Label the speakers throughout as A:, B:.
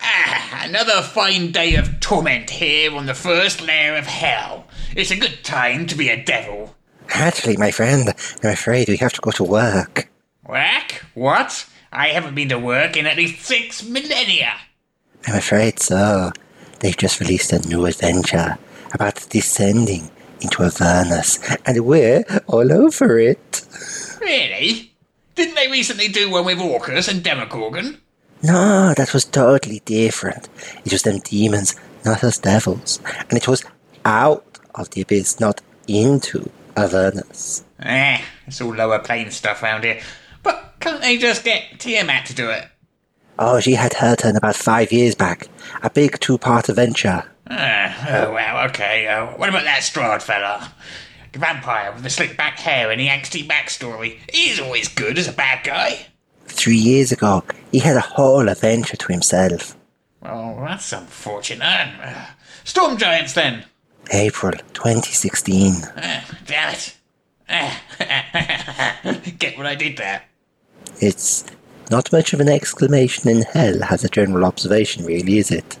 A: Ah, Another fine day of torment here on the first layer of hell. It's a good time to be a devil.
B: Actually, my friend, I'm afraid we have to go to work.
A: Work? What? I haven't been to work in at least six millennia.
B: I'm afraid so. They've just released a new adventure about descending into Avernus, and we're all over it.
A: Really? Didn't they recently do one with Orcus and Demogorgon?
B: No, that was totally different. It was them demons, not us devils. And it was out of the abyss, not into Avernus.
A: Eh, it's all lower plane stuff round here. But can't they just get Tiamat to do it?
B: Oh, she had her turn about five years back. A big two part adventure.
A: Ah, oh, well, okay. Uh, what about that Strahd fella? The vampire with the slick back hair and the angsty backstory. He's always good as a bad guy.
B: Three years ago, he had a whole adventure to himself.
A: Well, Oh, that's unfortunate. Uh, Storm Giants, then.
B: April 2016.
A: Ah, damn it. Ah, Get what I did there.
B: It's not much of an exclamation in hell as a general observation, really, is it?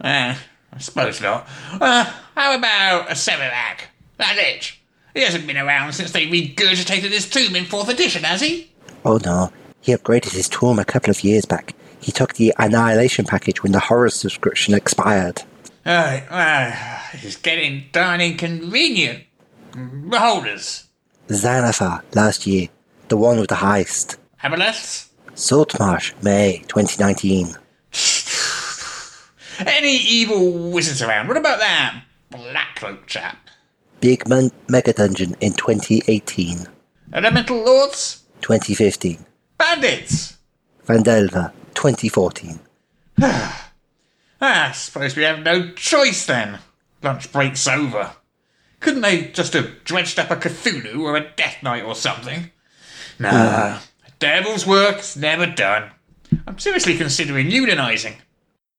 A: Ah, I suppose not. Uh, how about a Severac? That itch. He hasn't been around since they regurgitated his tomb in 4th edition, has he?
B: Oh no, he upgraded his tomb a couple of years back. He took the Annihilation package when the horror subscription expired.
A: Uh, uh, it's getting darn inconvenient. Beholders.
B: Xanathar last year, the one with the heist.
A: Aboleths?
B: Saltmarsh, May 2019.
A: Any evil wizards around? What about that Blackloak chap?
B: Big Man Mega Dungeon in 2018.
A: Elemental Lords?
B: 2015.
A: Bandits?
B: Vandelva, 2014.
A: Ah, I suppose we have no choice then. Lunch break's over. Couldn't they just have dredged up a Cthulhu or a Death Knight or something? Nah, devil's work's never done. I'm seriously considering unionising.